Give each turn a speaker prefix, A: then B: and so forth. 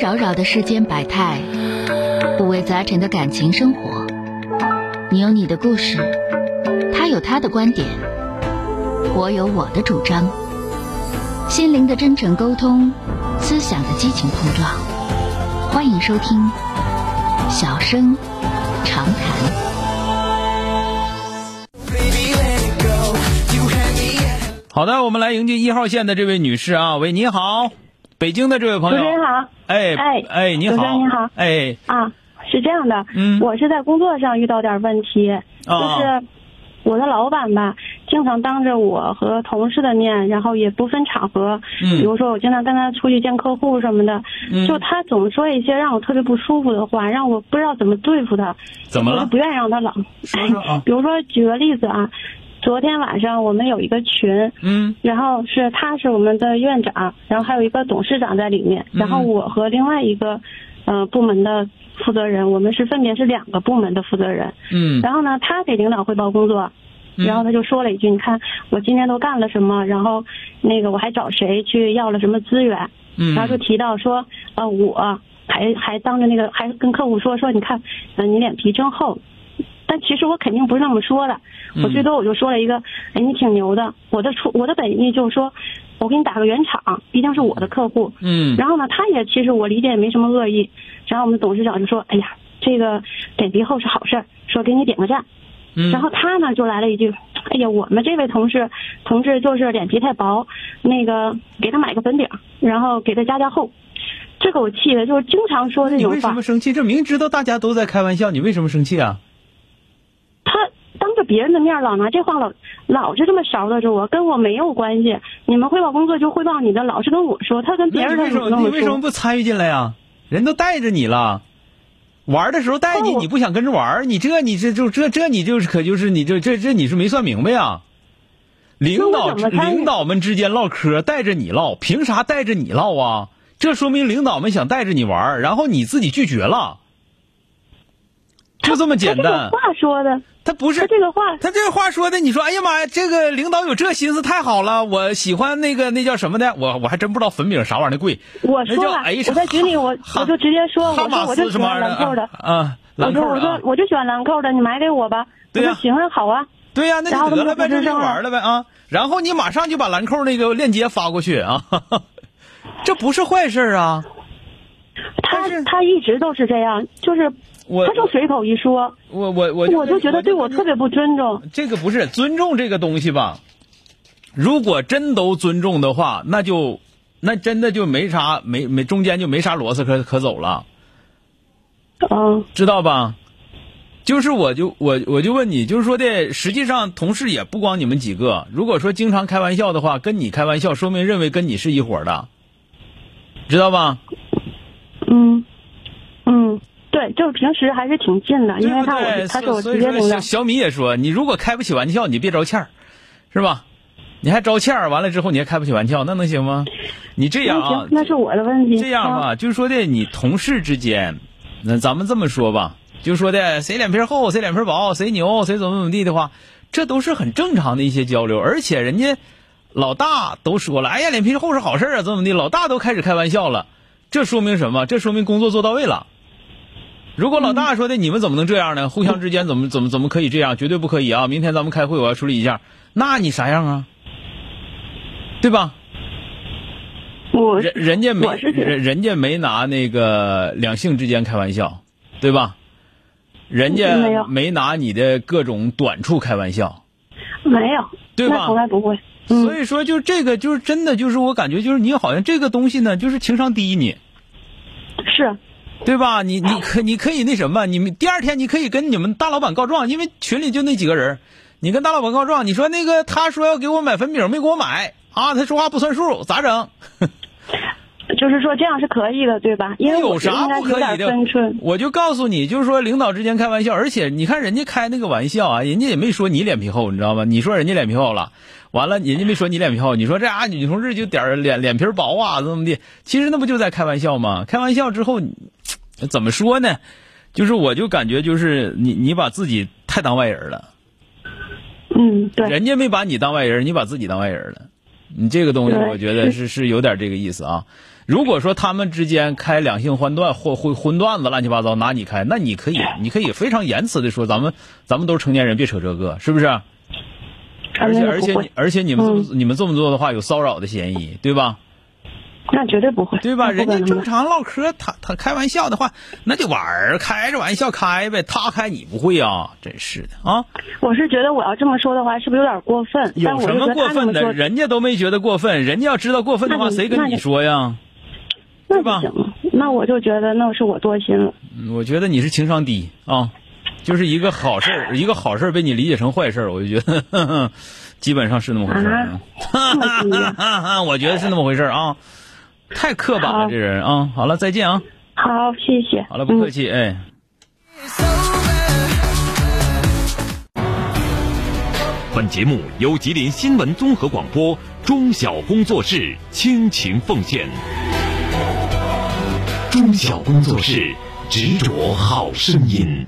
A: 扰扰的世间百态，五味杂陈的感情生活。你有你的故事，他有他的观点，我有我的主张。心灵的真诚沟通，思想的激情碰撞。欢迎收听《小声长谈》。
B: 好的，我们来迎接一号线的这位女士啊，喂，你好，北京的这位朋
C: 主
B: 友
C: 持，人好，
B: 哎
C: 哎
B: 哎，你好，
C: 主持人你好
B: 哎
C: 啊，是这样的，
B: 嗯
C: 我是在工作上遇到点问题，就
B: 啊
C: 是我的老板吧，经常当着我和同事的面，然后也不分场合，
B: 嗯
C: 比如说我经常跟他出去见客户什么的，
B: 嗯
C: 就他总说一些让我特别不舒服的话，让我不知道怎么对付他，
B: 怎么
C: 我就
B: 了？
C: 不愿意让他老，
B: 说说啊
C: 比如说举个例子啊，昨天晚上我们有一个群，
B: 嗯
C: 然后是他是我们的院长，然后还有一个董事长在里面，
B: 嗯
C: 然后我和另外一个，呃，部门的负责人，我们是分别是两个部门的负责人。
B: 嗯
C: 然后呢，他给领导汇报工作，
B: 嗯
C: 然后他就说了一句：“你看我今天都干了什么，然后那个我还找谁去要了什么资源。”
B: 嗯，
C: 然后就提到说，呃，我还还当着那个还跟客户说说，你看，呃，你脸皮真厚。但其实我肯定不是那么说的，我
B: 嗯
C: 最多我就说了一个，哎，你挺牛的。我的出我的本意就是说，我给你打个圆场，毕竟是我的客户。
B: 嗯
C: 然后呢，他也其实我理解也没什么恶意。然后我们董事长就说，哎呀，这个脸皮厚是好事儿，说给你点个赞。
B: 嗯，
C: 然后他呢就来了一句：“哎呀，我们这位同事同志就是脸皮太薄，那个给他买个粉饼，然后给他加加厚。”这个我气的，就是经常说这
B: 你
C: 种
B: 为什
C: 话
B: 么。生气？这明知道大家都在开玩笑，你为什么生气啊？
C: 他当着别人的面老拿这话老老是这么勺掇着我，跟我没有关系。你们汇报工作就汇报你的，老是跟我说，他跟别人
B: 那
C: 他
B: 你为
C: 怎
B: 什
C: 么跟
B: 么你
C: 我
B: 为什么
C: 说？
B: 不参与进来呀、人都带着你了。玩的时候带你，
C: 哦
B: 你不想跟着玩儿，你这你这就这这你就是可就是你这这这你是没算明白呀。领
C: 那
B: 导
C: 我怎么参与
B: 领导们之间唠嗑，带着你唠，凭啥带着你唠啊？这说明领导们想带着你玩儿，然后你自己拒绝了，就这么简
C: 他这个
B: 单。
C: 话说的，
B: 他不是
C: 他这个话
B: 他这话说的，你说，哎呀妈呀，这个领导有这心思太好了，我喜欢那个那叫什么的，我我还真不知道粉饼啥玩意儿的贵，
C: 我说了，
B: 那叫
C: 我在群里我
B: 哈
C: 我就直接说，
B: 哈
C: 我说
B: 马
C: 哦我就
B: 斯
C: 喜
B: 什么
C: 欢
B: 玩意儿
C: 兰蔻的
B: 啊，啊，
C: 我
B: 兰
C: 说
B: 蔻
C: 我
B: 的
C: 说
B: 啊，
C: 我就喜欢兰蔻的，你买给我吧。
B: 对呀
C: 我说行啊，好啊。
B: 对呀、那
C: 然后
B: 就
C: 他
B: 得
C: 们
B: 了呗，
C: 就
B: 这
C: 知
B: 就
C: 道了
B: 玩了呗啊，然后你马上就把兰蔻那个链接发过去啊， 哈哈这不是坏事儿啊，但
C: 他
B: 是
C: 他一直都是这样，就是
B: 我
C: 他就随口一说，
B: 我我我
C: 我就觉得对我特别不尊重。
B: 这个不是尊重这个东西吧？如果真都尊重的话，那就那真的就没啥没没中间就没啥螺丝可可走了，
C: 嗯，
B: 知道吧？就是我就我我就问你，就是说的，实际上同事也不光你们几个，如果说经常开玩笑的话，跟你开玩笑，说明认为跟你是一伙儿的，知道吧？
C: 嗯，嗯，对，就是平时还是挺近的，因为他
B: 对
C: 我
B: 不对
C: 他是我
B: 所
C: 直
B: 以所
C: 接
B: 以
C: 领
B: 说
C: 导
B: 小。小米也说，你如果开不起玩笑，你别招欠儿，是吧？你还招欠儿，完了之后你还开不起玩笑，那能行吗？你这样
C: 那
B: 啊
C: 行，，那是我的问题。
B: 这样
C: 啊，
B: 吧，就是说的你同事之间，那咱们这么说吧，就是说的谁脸皮厚，谁脸皮薄，谁牛，谁怎么怎么地的话，这都是很正常的一些交流，而且人家老大都说了，哎呀，脸皮厚是好事儿啊，怎么怎么地，老大都开始开玩笑了，这说明什么？这说明工作做到位了。如果老大说的你们怎么能这样呢？互相之间怎么怎么怎么可以这样？绝对不可以啊！明天咱们开会，我要处理一下。那你啥样啊？对吧？
C: 我
B: 人人家没
C: 我是觉得
B: 人人家没拿那个两性之间开玩笑，对吧？人
C: 嗯没
B: 家
C: 有
B: 没拿你的各种短处开玩笑，
C: 没有，
B: 对吧
C: 那从来不会。
B: 所
C: 嗯，
B: 以说就这个就是真的就是我感觉就是你好像这个东西呢就是情商低你，
C: 嗯是，
B: 对吧？你你可你可以那什么，你们第二天你可以跟你们大老板告状，因为群里就那几个人，你跟大老板告状，你说那个他说要给我买粉饼没给我买啊，他说话不算数，咋整？
C: 就是说这样是可以的，对吧？因为
B: 有
C: 我觉得
B: 啥
C: 应该
B: 不
C: 有
B: 可以
C: 点
B: 的
C: 分寸？。
B: 我就告诉你，就是说领导之间开玩笑，而且你看人家开那个玩笑啊，人家也没说你脸皮厚，你知道吗？你说人家脸皮厚了，完了人家没说你脸皮厚，你说这啊女同志就点儿脸脸皮儿薄啊，怎么怎么地？其实那不就在开玩笑吗？开玩笑之后，你怎么说呢？就是我就感觉就是你你把自己太当外人了，
C: 嗯，对，
B: 人家没把你当外人，你把自己当外人了。你这个东西，
C: 对
B: 我觉得是是有点这个意思啊。如果说他们之间开两性欢段或婚婚段子乱七八糟拿你开，那你 可以你可以非常严词的说，咱们咱们都是成年人，别扯这个，是不是？而且
C: 啊那
B: 而
C: 个
B: 且
C: 不会嗯
B: 你而且你们这么、你们这么做的话，有骚扰的嫌疑，对吧？
C: 那绝对不会，
B: 对吧？
C: 那
B: 人
C: 不
B: 家
C: 可能
B: 正
C: 的
B: 常唠嗑，他他开玩笑的话，那就玩儿，开着玩笑开呗。他开你不会啊，真是的啊！
C: 我是觉得我要这么说的话，是不是有点过分？
B: 有
C: 但我
B: 什
C: 就觉
B: 么
C: 得
B: 过
C: 他那
B: 分
C: 么
B: 的？
C: 做
B: 人家都没觉得过分，人家要知道过分的话，
C: 那你
B: 谁跟
C: 那
B: 你
C: 你
B: 说呀？
C: 那
B: 吧
C: 不行，那我就觉得那是我多心了。
B: 嗯我觉得你是情商低啊，就是一个好事
C: 啊
B: 儿，一个好事儿被你理解成坏事儿，我就觉得 呵呵基本上是那么回事儿。
C: 啊这么低 啊
B: 我觉得是那么回事儿啊，太刻板了
C: 好
B: 这人啊。好了，再见啊。
C: 好，谢谢。
B: 好了，不
C: 嗯
B: 客气，哎。
D: 本节目由吉林新闻综合广播中小工作室倾情奉献。中小工作室执着好声音。